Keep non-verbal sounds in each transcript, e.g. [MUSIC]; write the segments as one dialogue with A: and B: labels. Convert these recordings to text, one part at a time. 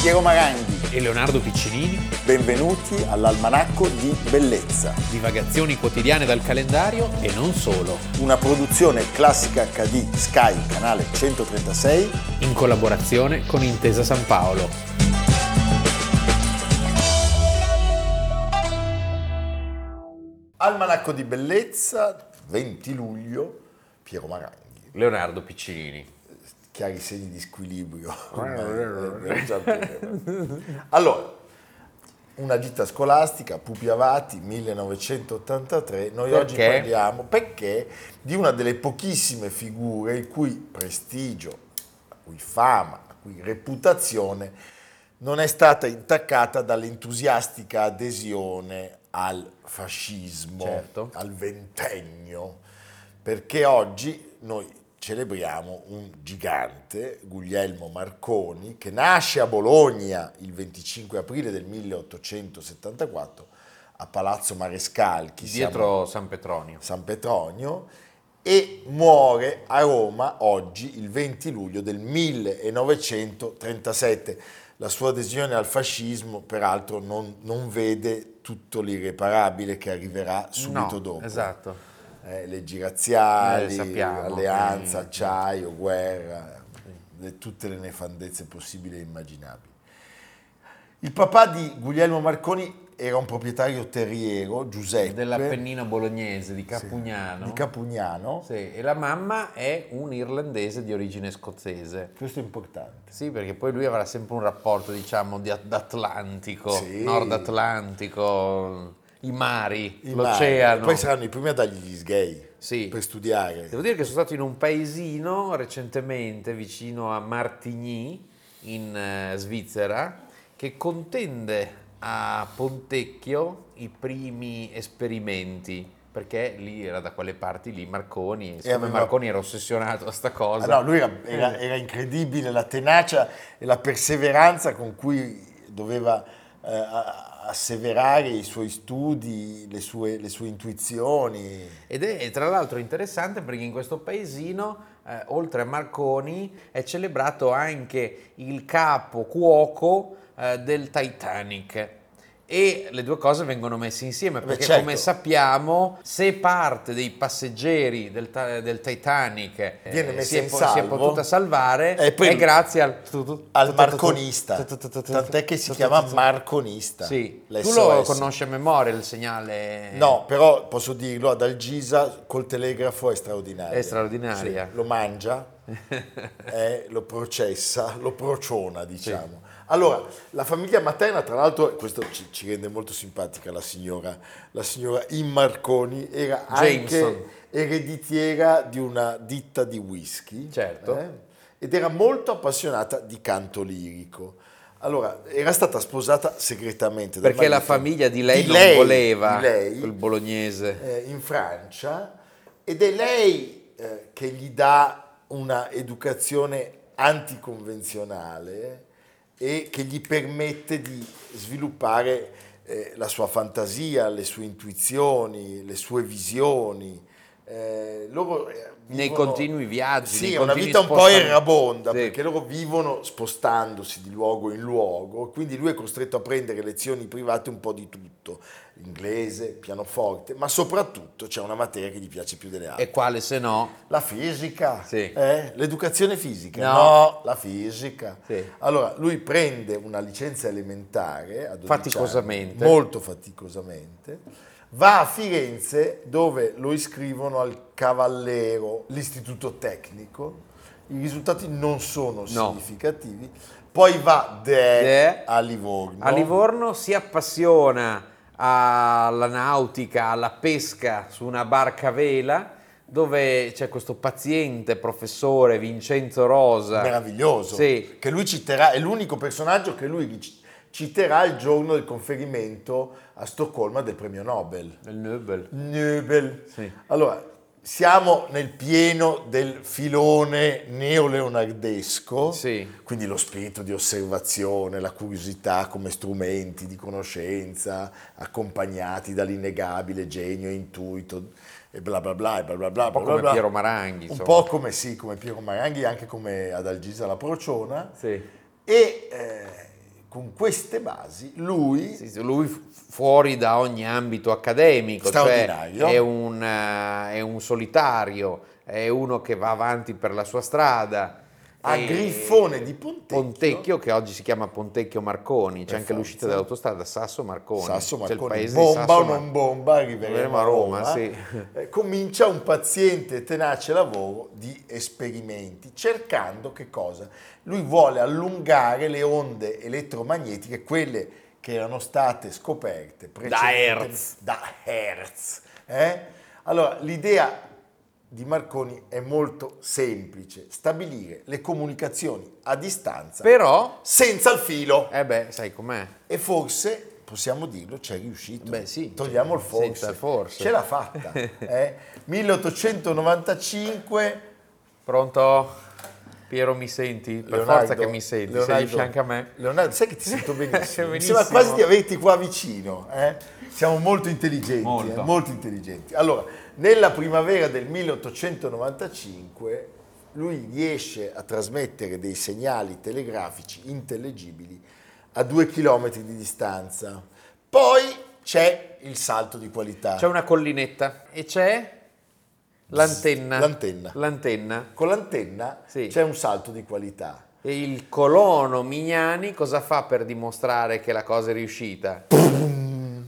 A: Piero Maranghi.
B: e Leonardo Piccinini,
A: Benvenuti all'Almanacco di Bellezza,
B: divagazioni quotidiane dal calendario e non solo,
A: una produzione classica HD Sky, canale 136.
B: in collaborazione con Intesa San Paolo.
A: Almanacco di Bellezza, 20 luglio, Piero Maranghi.
C: Leonardo Piccinini.
A: Chiari segni di squilibrio. [LAUGHS] Non so perché. allora, una gita scolastica, Pupi Avati, 1983. Noi oggi
C: Perché?
A: parliamo perché di una delle pochissime figure il cui prestigio, la cui fama, la cui reputazione non è stata intaccata dall'entusiastica adesione al fascismo,
C: Certo.
A: al ventennio, perché oggi noi celebriamo un gigante, Guglielmo Marconi, che nasce a Bologna il 25 aprile del 1874 a Palazzo Marescalchi, siamo
C: Dietro San Petronio.
A: a San Petronio, e muore a Roma oggi il 20 luglio del 1937. La sua adesione al fascismo, peraltro, non, non vede tutto l'irreparabile che arriverà subito
C: No,
A: dopo
C: Esatto.
A: eh, leggi
C: Eh,
A: razziali,
C: sappiamo,
A: alleanza,
C: eh.
A: acciaio, guerra, le- tutte le nefandezze possibili e immaginabili. Il papà di Guglielmo Marconi era un proprietario terriero, Giuseppe,
C: Dell'Appennino bolognese di Capugnano.
A: Eh, di Capugnano.
C: Sì, e la mamma è un irlandese di origine scozzese.
A: Questo è importante.
C: Sì, perché poi lui avrà sempre un rapporto, diciamo, di d'atlantico,
A: Sì.
C: nord atlantico, i mari,
A: I mari.
C: l'oceano.
A: Poi saranno i primi a dargli gli sgay
C: Sì.
A: per studiare.
C: Devo dire che sono stato in un paesino recentemente vicino a Martigny in eh, Svizzera che contende a Pontecchio i primi esperimenti perché lì era da quelle parti lì Marconi e siccome
A: aveva-
C: Marconi era ossessionato da sta cosa Eh.
A: Ah, no, lui era, era- era incredibile la tenacia e la perseveranza con cui doveva eh, a- asseverare i suoi studi, le sue, le sue intuizioni.
C: Ed è tra l'altro interessante perché in questo paesino, eh, oltre a Marconi, è celebrato anche il capo cuoco eh, del Titanic. E le due cose vengono messe insieme
A: Beh,
C: perché,
A: certo.
C: come sappiamo, se parte dei passeggeri del, ta- del Titanic eh,
A: Viene messa
C: si, è
A: in
C: po- si è
A: salvo,
C: potuta salvare,
A: e
C: è,
A: poi-
C: grazie al,
A: Al marconista, tant'è
C: Tant'è
A: che si chiama marconista.
C: Sì, tu lo
A: l'SOS.
C: conosci a memoria il segnale?
A: No, però posso dirlo, ad Algisa col telegrafo è straordinario.
C: È straordinaria.
A: Sì, lo
C: [LAUGHS]
A: mangia, eh, lo processa, lo prociona, diciamo. Allora, la famiglia materna, tra l'altro, questo ci, ci rende molto simpatica la signora, la signora Immarconi, era
C: Jameson.
A: anche ereditiera di una ditta di whisky.
C: Certo.
A: eh, ed era molto appassionata di canto lirico. Allora, era stata sposata segretamente. dal
C: Perché la
A: marito-
C: famiglia di lei
A: di
C: non
A: lei,
C: voleva
A: di lei.
C: quel bolognese.
A: eh, in Francia ed è lei eh, che gli dà una educazione anticonvenzionale e che gli permette di sviluppare eh, la sua fantasia, le sue intuizioni, le sue visioni. Eh, loro, eh,
C: Nei
A: vivono-
C: continui viaggi,
A: Sì,
C: nei
A: è una
C: continui
A: vita un po'
C: spostamenti.
A: errabonda
C: Sì.
A: perché loro vivono spostandosi di luogo in luogo, quindi lui è costretto a prendere lezioni private un po' di tutto, inglese, pianoforte, ma soprattutto c'è una materia che gli piace più delle altre.
C: E quale se no?
A: La fisica,
C: Sì.
A: eh? l'educazione fisica,
C: No.
A: la fisica.
C: Sì.
A: Allora lui prende una licenza elementare, a 12 anni,
C: Faticosamente.
A: molto faticosamente, va a Firenze dove lo iscrivono al Cavallero, l'istituto tecnico, i risultati non sono significativi, poi va de,
C: De-
A: a Livorno.
C: A Livorno si appassiona alla nautica, alla pesca su una barca a vela, dove c'è questo paziente professore Vincenzo Rosa.
A: meraviglioso
C: Sì.
A: che lui citerà, è l'unico personaggio che lui ric- citerà il giorno del conferimento a Stoccolma del premio Nobel.
C: Del Nobel.
A: Nobel.
C: Sì.
A: Allora, siamo nel pieno del filone neoleonardesco,
C: Sì.
A: quindi lo spirito di osservazione, la curiosità come strumenti di conoscenza, accompagnati dall'innegabile genio, intuito e bla bla bla e bla bla bla.
C: Un po'
A: bla bla
C: come
A: bla.
C: Piero Maranghi.
A: Un
C: insomma.
A: po' come sì, come Piero Maranghi, anche come Adalgisa la Prociona.
C: Sì.
A: E eh, con queste basi lui
C: Sì, sì, lui fu- fuori da ogni ambito accademico, cioè
A: Straordinario.
C: è un, eh, è un solitario, è uno che va avanti per la sua strada.
A: a
C: E-
A: Griffone di Pontecchio,
C: Pontecchio, che oggi si chiama Pontecchio Marconi, c'è
A: Per
C: anche l'uscita
A: forza.
C: dall'autostrada Sasso Marconi.
A: Sasso
C: C'è il
A: Marconi,
C: paese di
A: bomba
C: Sasso
A: o non
C: Marconi.
A: bomba, arriveremo a Roma,
C: sì.
A: Eh, comincia un paziente e tenace lavoro di esperimenti, cercando che cosa? Lui vuole allungare le onde elettromagnetiche, quelle che erano state scoperte precedentemente-
C: Hertz.
A: Da Hertz. eh? Allora, l'idea di Marconi è molto semplice, stabilire le comunicazioni a distanza
C: Però,
A: senza il filo.
C: eh beh, sai com'è?
A: E forse, possiamo dirlo, c'è riuscito.
C: Beh, sì.
A: Togliamo il forse.
C: Senza il forse.
A: Ce l'ha
C: [LAUGHS]
A: fatta. eh. 1895,
C: Pronto? Piero, mi senti? Per
A: Leonardo-
C: forza che mi senti, sei
A: Leonardo-
C: di fianco a me.
A: Leonardo, sai che ti
C: [LAUGHS]
A: sento benissimo. Mi
C: Benissimo.
A: sembra quasi di averti qua vicino. eh. Siamo molto intelligenti. eh,
C: Molto.
A: molto intelligenti. Allora, nella primavera del 1895 lui riesce a trasmettere dei segnali telegrafici intellegibili a due chilometri di distanza. Poi c'è il salto di qualità.
C: C'è una collinetta e c'è l'antenna.
A: L'antenna.
C: L'antenna.
A: Con l'antenna
C: Sì.
A: c'è un salto di qualità.
C: E il colono Mignani cosa fa per dimostrare che la cosa è riuscita?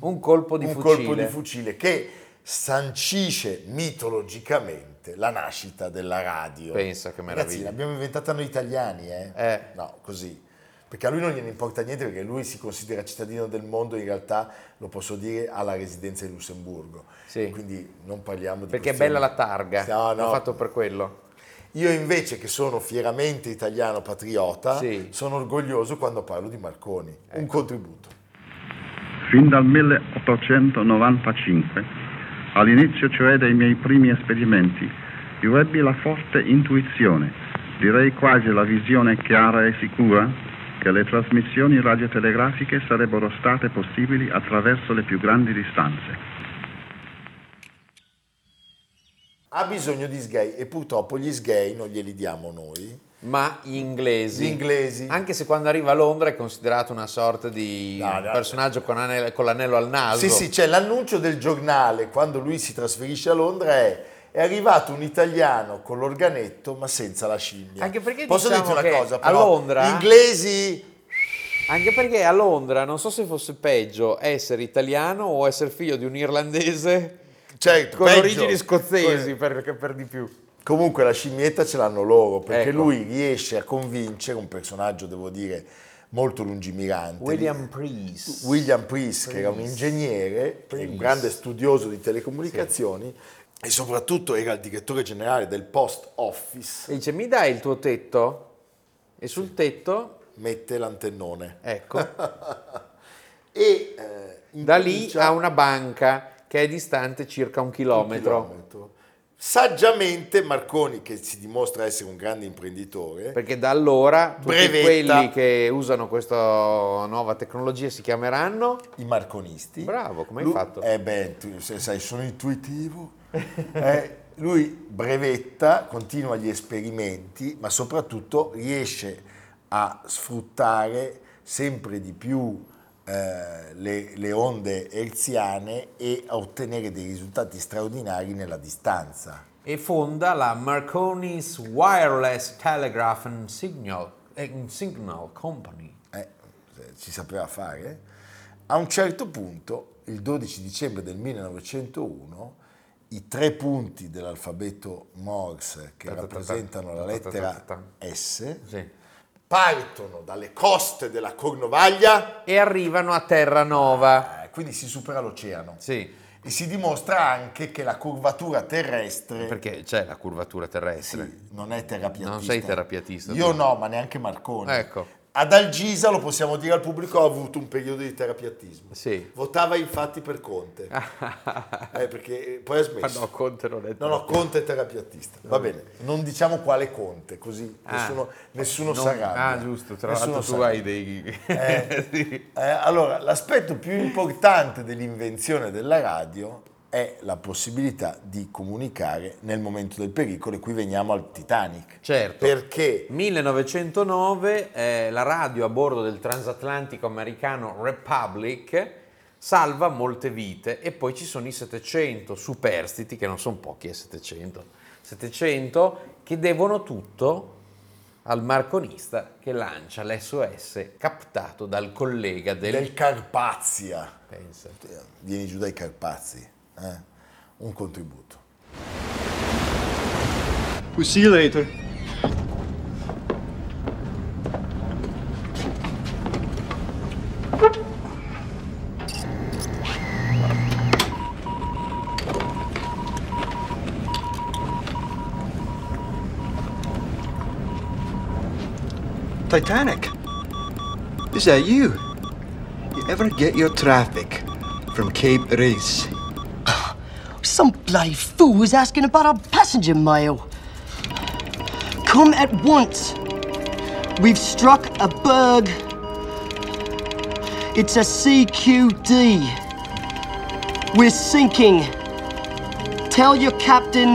C: Un colpo di
A: un
C: fucile.
A: colpo di fucile che sancisce mitologicamente la nascita della radio.
C: Pensa che
A: Ragazzi,
C: meraviglia.
A: l'abbiamo inventata noi italiani, eh?
C: Eh.
A: No, così. Perché a lui non gliene importa niente perché lui si considera cittadino del mondo, in realtà lo posso dire, ha la residenza in Lussemburgo.
C: Sì.
A: Quindi non parliamo di
C: Perché è
A: questioni-
C: bella la targa.
A: No, no.
C: L'ho fatto per quello.
A: Io invece che sono fieramente italiano patriota,
C: Sì. Ecco.
A: sono orgoglioso quando parlo di Marconi. Un contributo.
D: fin dal 1895, all'inizio cioè dei miei primi esperimenti, io ebbi la forte intuizione, direi quasi la visione chiara e sicura, che le trasmissioni radiotelegrafiche sarebbero state possibili attraverso le più grandi distanze.
A: Ha bisogno di sgay e purtroppo gli sgay non glieli diamo noi.
C: Ma gli inglesi.
A: Gli inglesi.
C: Anche se quando arriva a Londra è considerato una sorta di
A: No, no.
C: personaggio con, anel- con l'anello al naso.
A: Sì, sì, c'è l'annuncio del giornale quando lui si trasferisce a Londra è è arrivato un italiano con l'organetto ma senza la scimmia.
C: Anche perché
A: Posso
C: diciamo
A: dirti una
C: che
A: cosa,
C: a
A: però,
C: Londra-
A: gli inglesi
C: Anche perché a Londra non so se fosse peggio essere italiano o essere figlio di un irlandese
A: certo,
C: con
A: peggio.
C: origini scozzesi per, per di più.
A: Comunque la scimmietta ce l'hanno loro perché
C: Ecco.
A: lui riesce a convincere un personaggio, devo dire, molto lungimirante.
C: William Priest.
A: William Priest, che era un ingegnere, un grande studioso di telecomunicazioni e soprattutto era il direttore generale del post office,
C: E dice mi dai il tuo tetto? E sul tetto,
A: mette l'antennone.
C: [LAUGHS] ecco,
A: E eh,
C: da lì
A: incomincia
C: ha una banca che è distante circa un
A: un
C: chilometro.
A: chilometro. Saggiamente Marconi, che si dimostra essere un grande imprenditore,
C: Perché da allora tutti
A: Brevetta.
C: quelli che usano questa nuova tecnologia si chiameranno
A: i marconisti.
C: Bravo, come hai
A: Lui-
C: fatto?
A: Eh beh, tu se- sai, sono intuitivo. [LAUGHS] Eh, lui brevetta, continua gli esperimenti, ma soprattutto riesce a sfruttare sempre di più eh, le, le onde herziane e a ottenere dei risultati straordinari nella distanza.
C: e fonda la Marconi's Wireless Telegraph and Signal, and Signal Company.
A: eh, ci sapeva fare, a un certo punto, il 12 dicembre del 1901, i tre punti dell'alfabeto Morse che
C: Ta ta ta ta.
A: rappresentano la
C: Ta ta ta ta
A: lettera
C: ta
A: S
C: Sì.
A: partono dalle coste della Cornovaglia,
C: E arrivano a Terranova.
A: eh, quindi si supera l'oceano.
C: Sì.
A: E si dimostra anche che la curvatura terrestre
C: Perché c'è la curvatura terrestre.
A: Sì, non è terapiatista.
C: Non sei terapiatista,
A: Io
C: tu.
A: no, ma neanche Marconi.
C: Ecco.
A: Ad Algisa, lo possiamo dire al pubblico, ha avuto un periodo di terapiatismo.
C: Sì.
A: Votava infatti per Conte.
C: [LAUGHS]
A: Eh, perché poi ha smesso.
C: Ah, no, Conte non è
A: No, no, Conte è terapiatista. Va bene, non diciamo quale Conte, così
C: Ah.
A: nessuno, nessuno
C: Non-
A: si arrabbia.
C: Ah, giusto, tra
A: Nessuno
C: l'altro tu
A: si
C: hai dei... [LAUGHS]
A: eh, eh, allora, l'aspetto più importante dell'invenzione della radio è la possibilità di comunicare nel momento del pericolo e qui veniamo al Titanic.
C: Certo.
A: Perché
C: 1909 eh, la radio a bordo del transatlantico americano Republic salva molte vite e poi ci sono i 700 superstiti, che non sono pochi, eh, 700, 700 che devono tutto al marconista che lancia l'SOS captato dal collega del...
A: del Carpazia,
C: Pensa.
A: vieni giù dai Carpazi, eh? un contributo.
E: We'll see you later. Titanic. Is that you? You ever get your traffic from Cape Race?
F: Some bloody fool was asking about our passenger mail. Come at once. We've struck a berg. It's a CQD. We're sinking. Tell your captain.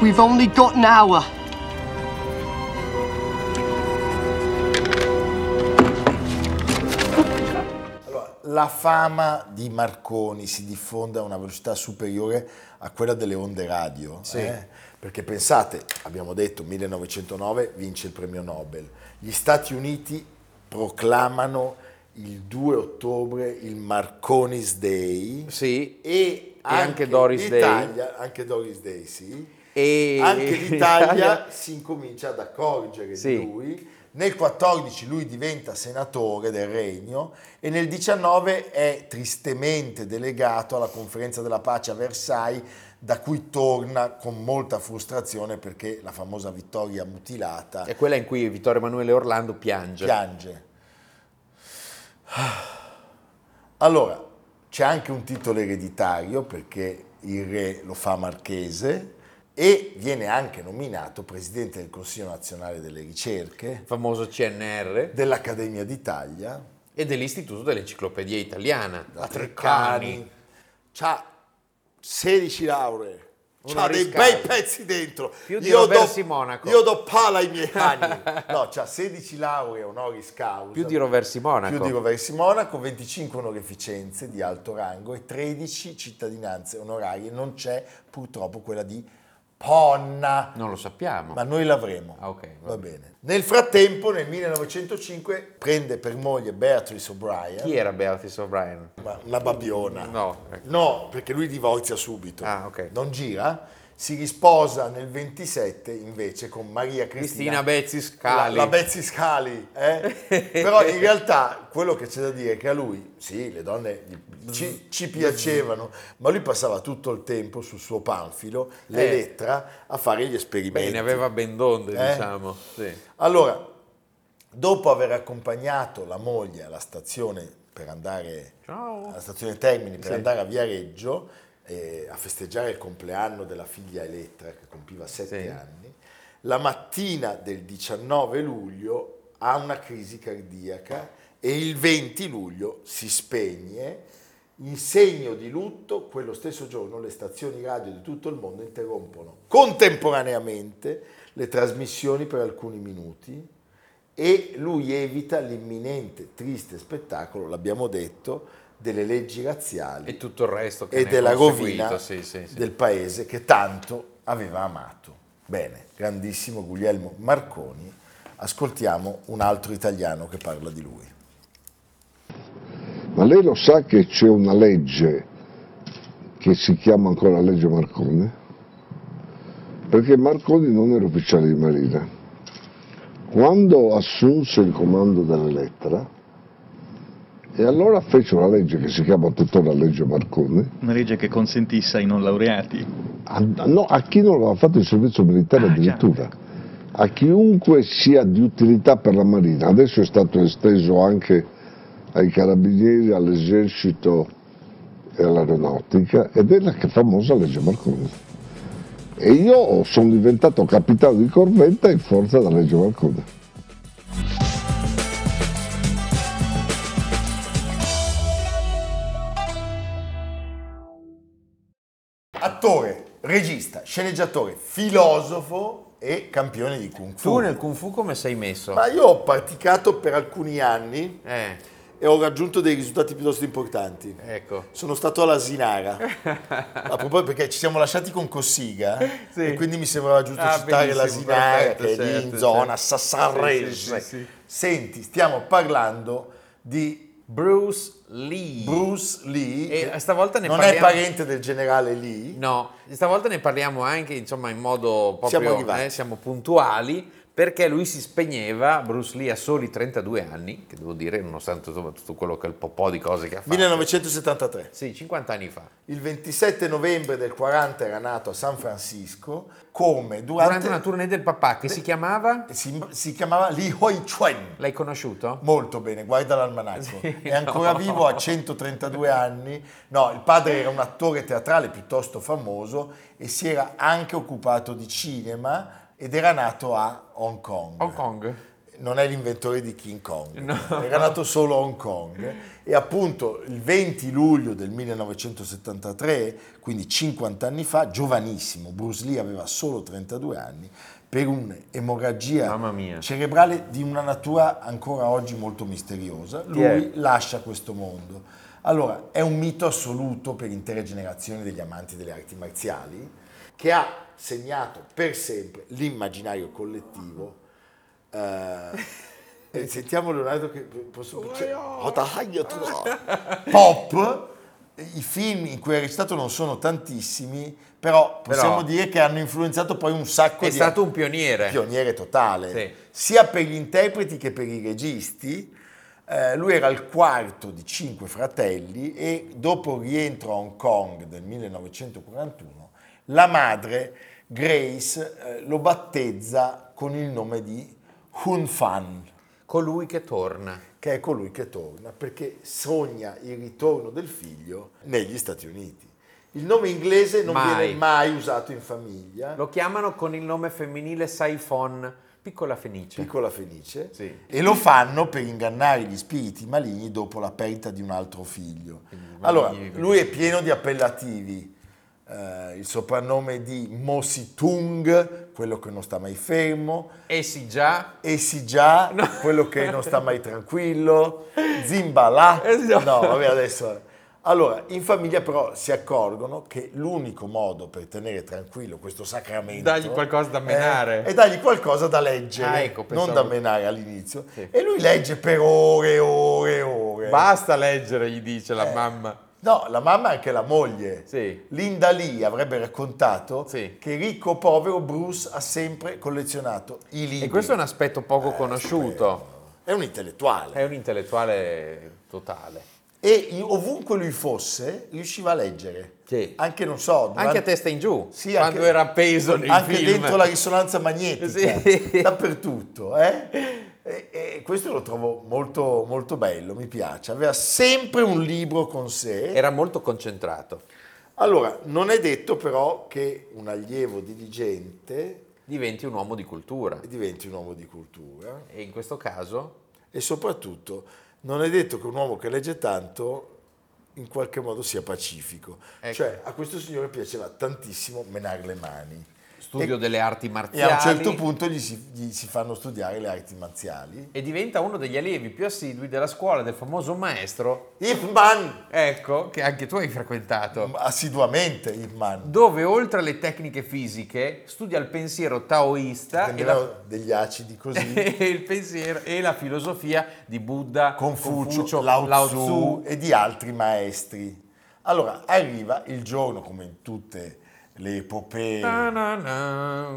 F: We've only got an hour.
A: La fama di Marconi si diffonde a una velocità superiore a quella delle onde radio. eh? Perché pensate, abbiamo detto, 1909 vince il premio Nobel. Gli Stati Uniti proclamano il 2 ottobre il Marconi's Day.
C: Sì,
A: E,
C: anche Doris Day.
A: l'Italia- Anche Doris Day, sì.
C: e
A: Anche
C: [LAUGHS]
A: l'Italia si incomincia ad accorgere
C: Sì.
A: di lui. Nel 14 lui diventa senatore del regno e nel 19 è tristemente delegato alla conferenza della pace a Versailles, da cui torna con molta frustrazione perché la famosa vittoria mutilata
C: è quella in cui Vittorio Emanuele Orlando piange.
A: piange. Ah. Allora, c'è anche un titolo ereditario perché il re lo fa marchese e viene anche nominato presidente del Consiglio nazionale delle ricerche,
C: il famoso CNR
A: dell'Accademia d'Italia,
C: e dell'Istituto dell'Enciclopedia Italiana,
A: da Treccani. C'ha 16 lauree.
C: Uno
A: C'ha dei
C: riscaldo.
A: bei pezzi dentro.
C: Più di Robert Simonaco.
A: Io do pala ai miei cani.
C: [LAUGHS]
A: No, c'ha 16 lauree honoris causa.
C: più di ecco. Roversi Monaco.
A: Più di Roversi Monaco, 25 onorificenze di alto rango e 13 cittadinanze onorarie. Non c'è purtroppo quella di Ponna,
C: Non lo sappiamo.
A: ma noi l'avremo.
C: Ah, ok, va
A: va bene. Nel frattempo, nel 1905, prende per moglie Beatrice
C: Chi
A: O'Brien,
C: era Beatrice O'Brien?
A: ma una babbiona.
C: No, ecco.
A: No, perché lui divorzia subito.
C: Ah, ok.
A: Non gira. Si risposa nel 27 invece con Maria
C: Cristina Bezzi Scali.
A: la, la Betsy Scali, eh?
C: [LAUGHS]
A: però in realtà quello che c'è da dire è che a lui, sì, le donne gli- ci, ci piacevano, ma lui passava tutto il tempo sul suo panfilo, l'elettra, a fare gli
C: Eh. Beh,
A: esperimenti.
C: ne aveva ben donde,
A: Eh?
C: diciamo. Sì.
A: Allora, dopo aver accompagnato la moglie alla stazione per andare
C: Ciao.
A: alla stazione Termini per andare a Viareggio eh, a festeggiare il compleanno della figlia Elettra che compiva sette
C: Sì.
A: anni, la mattina del 19 luglio ha una crisi cardiaca e il 20 luglio si spegne. In segno di lutto, quello stesso giorno le stazioni radio di tutto il mondo interrompono contemporaneamente le trasmissioni per alcuni minuti e lui evita l'imminente triste spettacolo, l'abbiamo detto, delle leggi razziali
C: E tutto il resto che
A: e
C: ne è
A: della
C: conseguito,
A: rovina
C: sì, sì, sì.
A: del paese che tanto aveva amato. Bene, grandissimo Guglielmo Marconi, ascoltiamo un altro italiano che parla di lui.
G: Ma lei lo sa che c'è una legge che si chiama ancora legge Marcone? Perché Marconi non era ufficiale di Marina. Quando assunse il comando dell'Elettra, e allora fece una legge che si chiama tuttora legge Marcone,
E: Una legge che consentisse ai non laureati
G: a, no, a chi non aveva fatto il servizio militare
E: Ah, già,
G: addirittura, a chiunque sia di utilità per la Marina. Adesso è stato esteso anche ai carabinieri, all'esercito e all'aeronautica ed è la che famosa legge Marconi. E io sono diventato capitano di corvetta in forza della legge Marconi.
A: Attore, regista, sceneggiatore, filosofo e campione di Kung Fu.
C: Tu nel Kung Fu come sei messo?
A: Ma io ho praticato per alcuni anni
C: Eh,
A: e ho raggiunto dei risultati piuttosto importanti.
C: ecco.
A: Sono stato alla
C: [LAUGHS]
A: Sinara, a proposito perché ci siamo lasciati con Cossiga eh?
C: Sì.
A: e quindi mi sembrava giusto
C: Ah,
A: citare la
C: benissimo,
A: Sinara
C: perfetto,
A: che è lì
C: certo,
A: in zona,
C: certo.
A: Sassarrese.
C: Sì, sì, sì, sì.
A: Senti, stiamo parlando di
C: Bruce Lee.
A: Bruce Lee,
C: E
A: che
C: stavolta ne
A: non
C: parliamo-
A: è parente del generale Lee,
C: No, stavolta ne parliamo anche insomma in modo proprio
A: Siamo arrivati.
C: eh, siamo puntuali perché lui si spegneva, Bruce Lee a soli 32 anni, che devo dire nonostante insomma, tutto quello che è il po' di cose che ha fatto.
A: 1973.
C: Sì, 50 anni fa.
A: Il 27 novembre del 40 era nato a San Francisco come durante,
C: Durante una tournée del papà che si chiamava
A: si, si chiamava Lee Hoi Chuen.
C: L'hai conosciuto?
A: Molto bene, guarda l'almanacco. è ancora
C: no.
A: vivo a 132 anni. No, il padre era un attore teatrale piuttosto famoso e si era anche occupato di cinema ed era nato a Hong Kong.
C: Hong Kong.
A: Non è l'inventore di King Kong, era nato solo a Hong Kong. E appunto il 20 luglio del 1973, quindi 50 anni fa, giovanissimo, Bruce Lee aveva solo 32 anni, per un'emorragia
C: Mamma mia.
A: cerebrale di una natura ancora oggi molto misteriosa. Lui
C: è?
A: lascia questo mondo. Allora, è un mito assoluto per intere generazioni degli amanti delle arti marziali, che ha segnato per sempre l'immaginario collettivo. eh, e sentiamo Leonardo che posso... cioè, Pop, i film in cui ha recitato non sono tantissimi, però possiamo
C: Però-
A: dire che hanno influenzato poi un sacco
C: È
A: di...
C: stato un pioniere.
A: pioniere totale,
C: Sì.
A: sia per gli interpreti che per i registi. Eh, lui era il quarto di cinque fratelli e dopo il rientro a Hong Kong del 1941, la madre Grace eh, lo battezza con il nome di Hun Fan,
C: Colui che torna.
A: che è colui che torna perché sogna il ritorno del figlio negli Stati Uniti. Il nome inglese non
C: Mai.
A: viene mai usato in famiglia.
C: Lo chiamano con il nome femminile Saifon, piccola fenice.
A: Piccola Fenice.
C: Sì.
A: E lo fanno per ingannare gli spiriti maligni dopo la perdita di un altro figlio. Allora, lui è pieno di appellativi. Eh, il soprannome di Mo Si Tung, quello che non sta mai fermo,
C: E si già
A: Essi già, quello che non sta mai tranquillo, Zimbalà.
C: Eh, no.
A: No, vabbè, adesso. Allora, in famiglia però si accorgono che l'unico modo per tenere tranquillo questo sacramento
C: Dagli qualcosa da menare.
A: è, è dargli qualcosa da leggere,
C: Ah, ecco,
A: non
C: pensavo-
A: da menare all'inizio.
C: Sì.
A: E lui legge per ore, ore, ore.
C: basta leggere, gli dice la mamma.
A: No, la mamma e anche la moglie.
C: Sì.
A: Linda Lee avrebbe raccontato
C: Sì.
A: che ricco o povero Bruce ha sempre collezionato i libri.
C: E questo è un aspetto poco conosciuto.
A: È un intellettuale.
C: È un intellettuale totale.
A: E io- ovunque lui fosse, riusciva a leggere.
C: Sì.
A: Anche, non so,
C: Anche
A: durante-
C: a testa in giù,
A: Sì,
C: quando
A: anche-
C: era appeso nei
A: anche
C: film.
A: dentro la risonanza magnetica,
C: Sì.
A: [LAUGHS] dappertutto. eh? E, e questo lo trovo molto, molto bello, mi piace. Aveva sempre un libro con sé.
C: Era molto concentrato.
A: Allora, non è detto però che un allievo diligente
C: Diventi un uomo di cultura.
A: diventi un uomo di cultura
C: E in questo caso
A: e soprattutto non è detto che un uomo che legge tanto in qualche modo sia pacifico.
C: Ecco.
A: Cioè, a questo signore piaceva tantissimo menare le mani.
C: studio
A: E-
C: delle arti
A: E
C: marziali.
A: a un certo punto gli si, gli si fanno studiare le arti marziali.
C: E diventa uno degli allievi più assidui della scuola del famoso maestro,
A: Ip Man,
C: ecco, che anche tu hai frequentato.
A: assiduamente Ip Man.
C: Dove oltre alle tecniche fisiche studia il pensiero taoista e la,
A: Prendeva degli acidi così,
C: [LAUGHS] e il pensiero- e la filosofia di Buddha,
A: Confucio,
C: Confucio,
A: Lao,
C: Lao
A: Tzu
C: Tzu.
A: e di altri maestri. Allora, arriva il giorno, come in tutte le epopee
C: Na na na.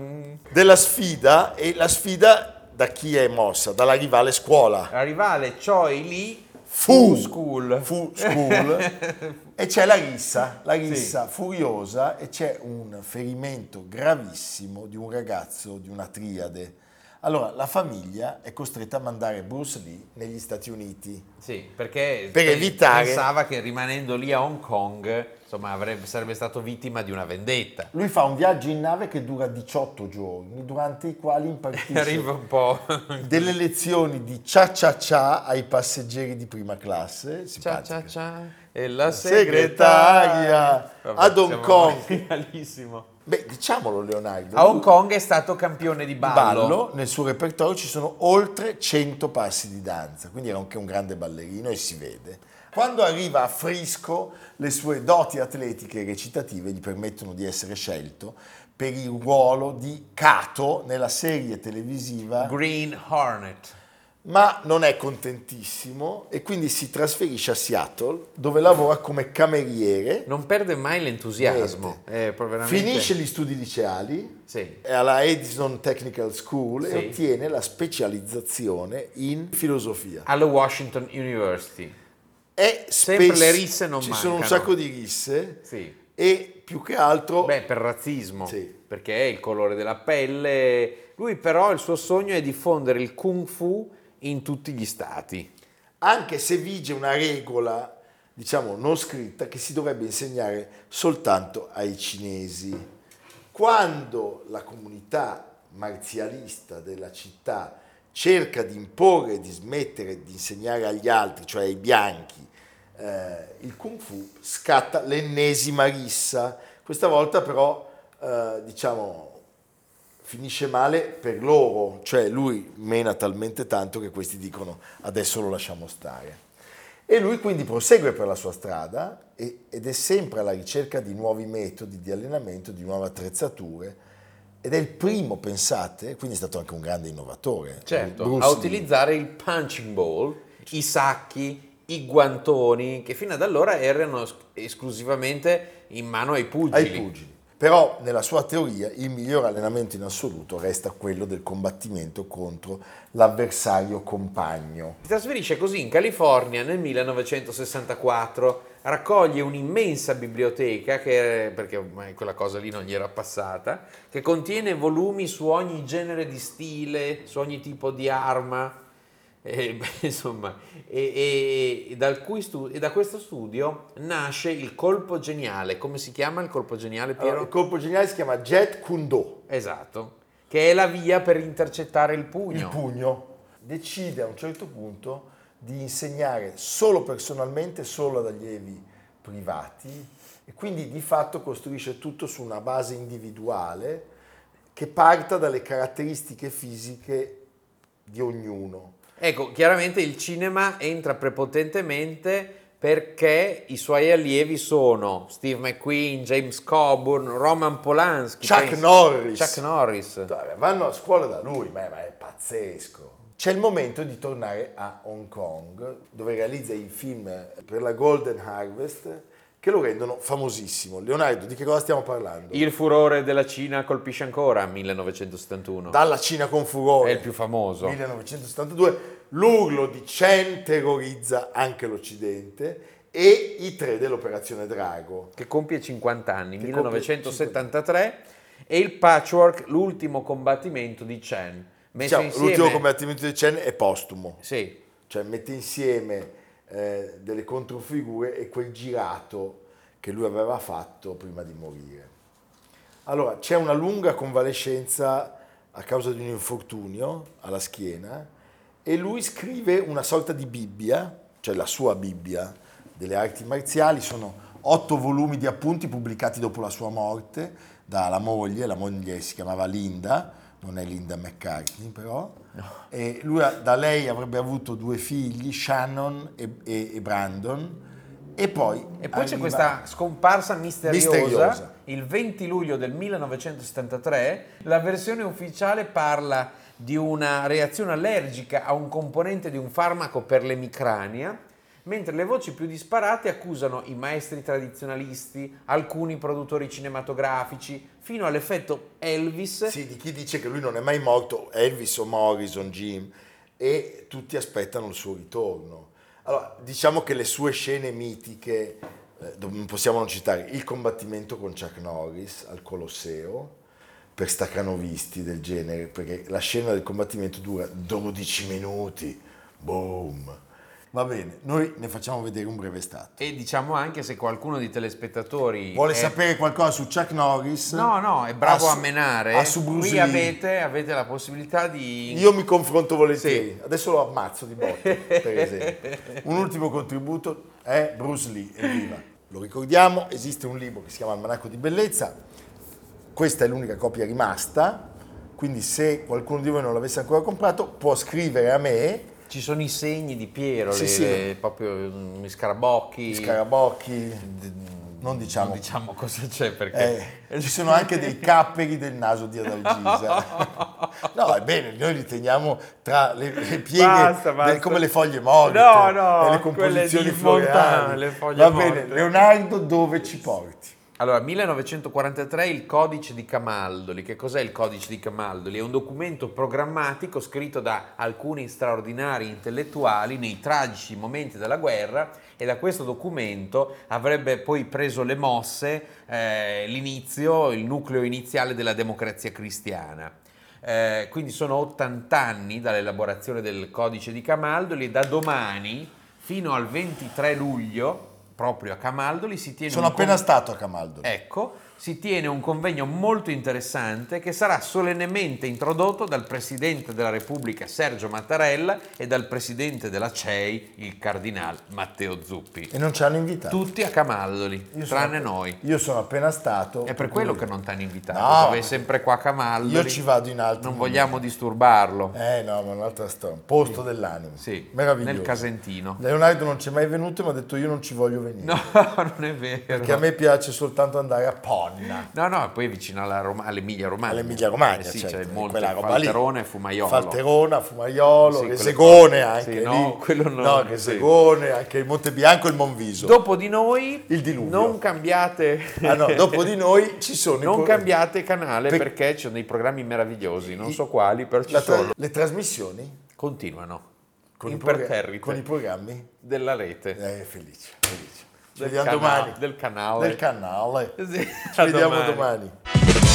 A: della sfida e la sfida da chi è mossa? Dalla rivale scuola.
C: La rivale Choi Lee
A: Fu.
C: School.
A: Fu school. e c'è la rissa, la rissa furiosa e c'è un ferimento gravissimo di un ragazzo di una triade. Allora, la famiglia è costretta a mandare Bruce Lee negli Stati Uniti.
C: Sì, perché
A: Per
C: pe-
A: evitare-
C: pensava che rimanendo lì a Hong Kong insomma avrebbe- sarebbe stato vittima di una vendetta.
A: Lui fa un viaggio in nave che dura 18 giorni, durante i quali
C: [LAUGHS]
A: impartisce
C: Arriva un po'.
A: delle lezioni di cia cia cia ai passeggeri di prima classe.
C: Cia cia
A: simpatica.
C: cia. E la
A: segretaria.
C: segretaria.
A: Ad Hong
C: siamo
A: Kong.
C: [LAUGHS] finalissimo.
A: Beh, diciamolo Leonardo.
C: A Hong [LAUGHS] Kong è stato campione di ballo.
A: ballo, nel suo repertorio ci sono oltre 100 passi di danza, quindi era anche un grande ballerino e si vede. Quando arriva a Frisco, le sue doti atletiche e recitative gli permettono di essere scelto per il ruolo di Cato nella serie televisiva,
C: Green Hornet.
A: ma non è contentissimo e quindi si trasferisce a Seattle, dove lavora come cameriere,
C: Non perde mai l'entusiasmo. Eh,
A: Niente.
C: È proprio veramente-
A: finisce gli studi liceali
C: Sì.
A: è alla Edison Technical School
C: Sì.
A: e ottiene la specializzazione in filosofia.
C: Alla Washington University.
A: È
C: Sempre
A: spes-
C: le risse non
A: Ci sono un
C: mancano.
A: sacco di risse
C: Sì.
A: e più che altro
C: Beh, per razzismo,
A: Sì.
C: perché è il colore della pelle. Lui però il suo sogno è diffondere il kung fu in tutti gli stati.
A: anche se vige una regola, diciamo, non scritta, che si dovrebbe insegnare soltanto ai cinesi. Quando la comunità marzialista della città cerca di imporre, di smettere di insegnare agli altri, cioè ai bianchi, eh, il kung fu, scatta l'ennesima rissa. Questa volta però, eh, diciamo, finisce male per loro, cioè lui mena talmente tanto che questi dicono adesso lo lasciamo stare. E lui quindi prosegue per la sua strada e- ed è sempre alla ricerca di nuovi metodi di allenamento, di nuove attrezzature ed è il primo, pensate, quindi è stato anche un grande innovatore. eh,
C: Certo,
A: Bruce
C: a
A: Lee.
C: utilizzare il punching ball, i sacchi, i guantoni, che fino ad allora erano es- esclusivamente in mano ai pugili.
A: ai pugili. Però nella sua teoria il miglior allenamento in assoluto resta quello del combattimento contro l'avversario compagno.
C: Si trasferisce così in California nel 1964, raccoglie un'immensa biblioteca, che, perché ormai quella cosa lì non gli era passata, che contiene volumi su ogni genere di stile, su ogni tipo di arma, e, beh, insomma, e, e- e dal cui stu- e da questo studio nasce il colpo geniale. Come si chiama il colpo geniale, Piero?
A: Allora, il colpo geniale si chiama Jet Kundo.
C: esatto, che è la via per intercettare il pugno.
A: il pugno, decide a un certo punto di insegnare solo personalmente, solo ad allievi privati e quindi di fatto costruisce tutto su una base individuale che parta dalle caratteristiche fisiche di ognuno.
C: Ecco, chiaramente il cinema entra prepotentemente perché i suoi allievi sono Steve McQueen, James Coburn, Roman Polanski,
A: Chuck
C: pensa-
A: Norris.
C: Chuck Norris.
A: Vabbè, Vanno a scuola da lui, ma è, ma è pazzesco. C'è il momento di tornare a Hong Kong, dove realizza il film per la Golden Harvest, che lo rendono famosissimo. Leonardo, di che cosa stiamo parlando?
C: Il furore della Cina colpisce ancora 1971.
A: Dalla Cina con
C: Esatto. È
A: furore.
C: il più famoso.
A: 1972. L'urlo di Chen terrorizza anche l'Occidente e i tre dell'Operazione Drago.
C: che compie 50 anni,
A: Che compie
C: 1973, e il patchwork, l'ultimo combattimento di Chen. Messo
A: Diciamo,
C: insieme-
A: l'ultimo combattimento di Chen è postumo,
C: Sì,
A: cioè mette insieme eh, delle controfigure e quel girato che lui aveva fatto prima di morire. Allora, c'è una lunga convalescenza a causa di un infortunio alla schiena e lui scrive una sorta di Bibbia, cioè la sua Bibbia delle arti marziali, sono otto volumi di appunti pubblicati dopo la sua morte dalla moglie, la moglie si chiamava Linda, non è Linda McCartney però, e lui ha- da lei avrebbe avuto due figli, Shannon e, e- e Brandon, e poi...
C: E poi c'è
A: arriva-
C: questa scomparsa misteriosa,
A: Misteriosa.
C: Il 20 luglio del 1973 la versione ufficiale parla di una reazione allergica a un componente di un farmaco per l'emicrania, mentre le voci più disparate accusano i maestri tradizionalisti, alcuni produttori cinematografici, fino all'effetto Elvis.
A: Sì, di chi dice che lui non è mai morto, Elvis o Morrison, Jim, e tutti aspettano il suo ritorno. Allora, diciamo che le sue scene mitiche, eh, do- non possiamo non citare, il combattimento con Chuck Norris al Colosseo, per stacanovisti del genere, perché la scena del combattimento dura 12 minuti, boom. Va bene, noi ne facciamo vedere un breve stato.
C: E diciamo anche se qualcuno dei telespettatori
A: Vuole
C: è-
A: sapere qualcosa su Chuck Norris?
C: Eh. No, no, è bravo
A: Ah,
C: a
A: su-
C: menare.
A: ah, su Bruce
C: Qui
A: Lee.
C: avete, avete la possibilità di
A: Io mi confronto volentieri. Adesso lo ammazzo di botte, per esempio. Un ultimo contributo è Bruce Lee, evviva. Lo ricordiamo, esiste un libro che si chiama Almanacco di Bellezza. Questa è l'unica copia rimasta, quindi se qualcuno di voi non l'avesse ancora comprato può scrivere a me,
C: Ci sono i segni di Piero,
A: Sì,
C: le-
A: sì.
C: le- proprio mm, gli scarabocchi.
A: gli scarabocchi, non diciamo.
C: Non diciamo cosa c'è perché.
A: Eh, ci sono anche dei capperi del naso di
C: [LAUGHS]
A: Adalgisa. No, è bene, noi li teniamo tra le, le pieghe,
C: Basta,
A: del-
C: basta.
A: come le foglie morte
C: No, no,
A: e le
C: quelle
A: composizioni
C: di Fontana,
A: floreali.
C: le foglie
A: Va
C: morte.
A: bene, Leonardo dove ci porti?
C: Allora, 1943 il codice di Camaldoli. Che cos'è il codice di Camaldoli? È un documento programmatico scritto da alcuni straordinari intellettuali nei tragici momenti della guerra e da questo documento avrebbe poi preso le mosse eh, l'inizio, il nucleo iniziale della democrazia cristiana. Eh, quindi sono 80 anni dall'elaborazione del codice di Camaldoli e da domani fino al 23 luglio, proprio a Camaldoli, si tiene
A: Sono
C: un
A: appena
C: con-
A: stato a Camaldo.
C: Ecco, si tiene un convegno molto interessante che sarà solennemente introdotto dal Presidente della Repubblica Sergio Mattarella e dal Presidente della CEI, il Cardinal Matteo Zuppi.
A: E non ci hanno invitato.
C: Tutti a Camaldoli,
A: Esatto. Io sono-
C: tranne noi.
A: Io sono appena stato.
C: È per quello che non ti hanno invitato,
A: No,
C: no,
A: perché-
C: sempre qua a Camaldoli.
A: Io ci vado in altro
C: Non
A: momento.
C: vogliamo disturbarlo.
A: Eh no, ma è un'altra storia. Posto dell'animo.
C: Sì,
A: Meraviglioso.
C: nel Casentino.
A: Leonardo non ci è mai venuto e mi ha detto io non ci voglio venire.
C: [LAUGHS] No, non è vero.
A: Perché a me piace soltanto andare a Ponna.
C: No, no, poi è vicino alla Roma- all'Emilia Romagna.
A: all'Emilia Romagna,
C: Eh sì,
A: certo,
C: c'è il Monte
A: quella roba lì.
C: Falterone e Fumaiolo.
A: Falterona, Fumaiolo,
C: Sì, quelle
A: Resegone
C: parti.
A: anche
C: Sì,
A: lì.
C: no, quello no, sì.
A: Resegone, anche il Monte Bianco e il Monviso.
C: Dopo di noi,
A: Il diluvio.
C: non cambiate,
A: Ah, no, dopo di noi ci sono i
C: [LAUGHS] non
A: co-
C: cambiate canale
A: Per-
C: perché ci sono dei programmi meravigliosi, non so quali, però ci
A: la tra-
C: sono.
A: le trasmissioni
C: Continuano
A: con i, progra-
C: imperterrite
A: con i programmi.
C: della rete.
A: Eh, felice, felice. Ci
C: Del
A: vediamo
C: cana-
A: domani.
C: del canale.
A: Del canale.
C: [LAUGHS] Sì,
A: Ci
C: a
A: vediamo
C: domani.
A: domani.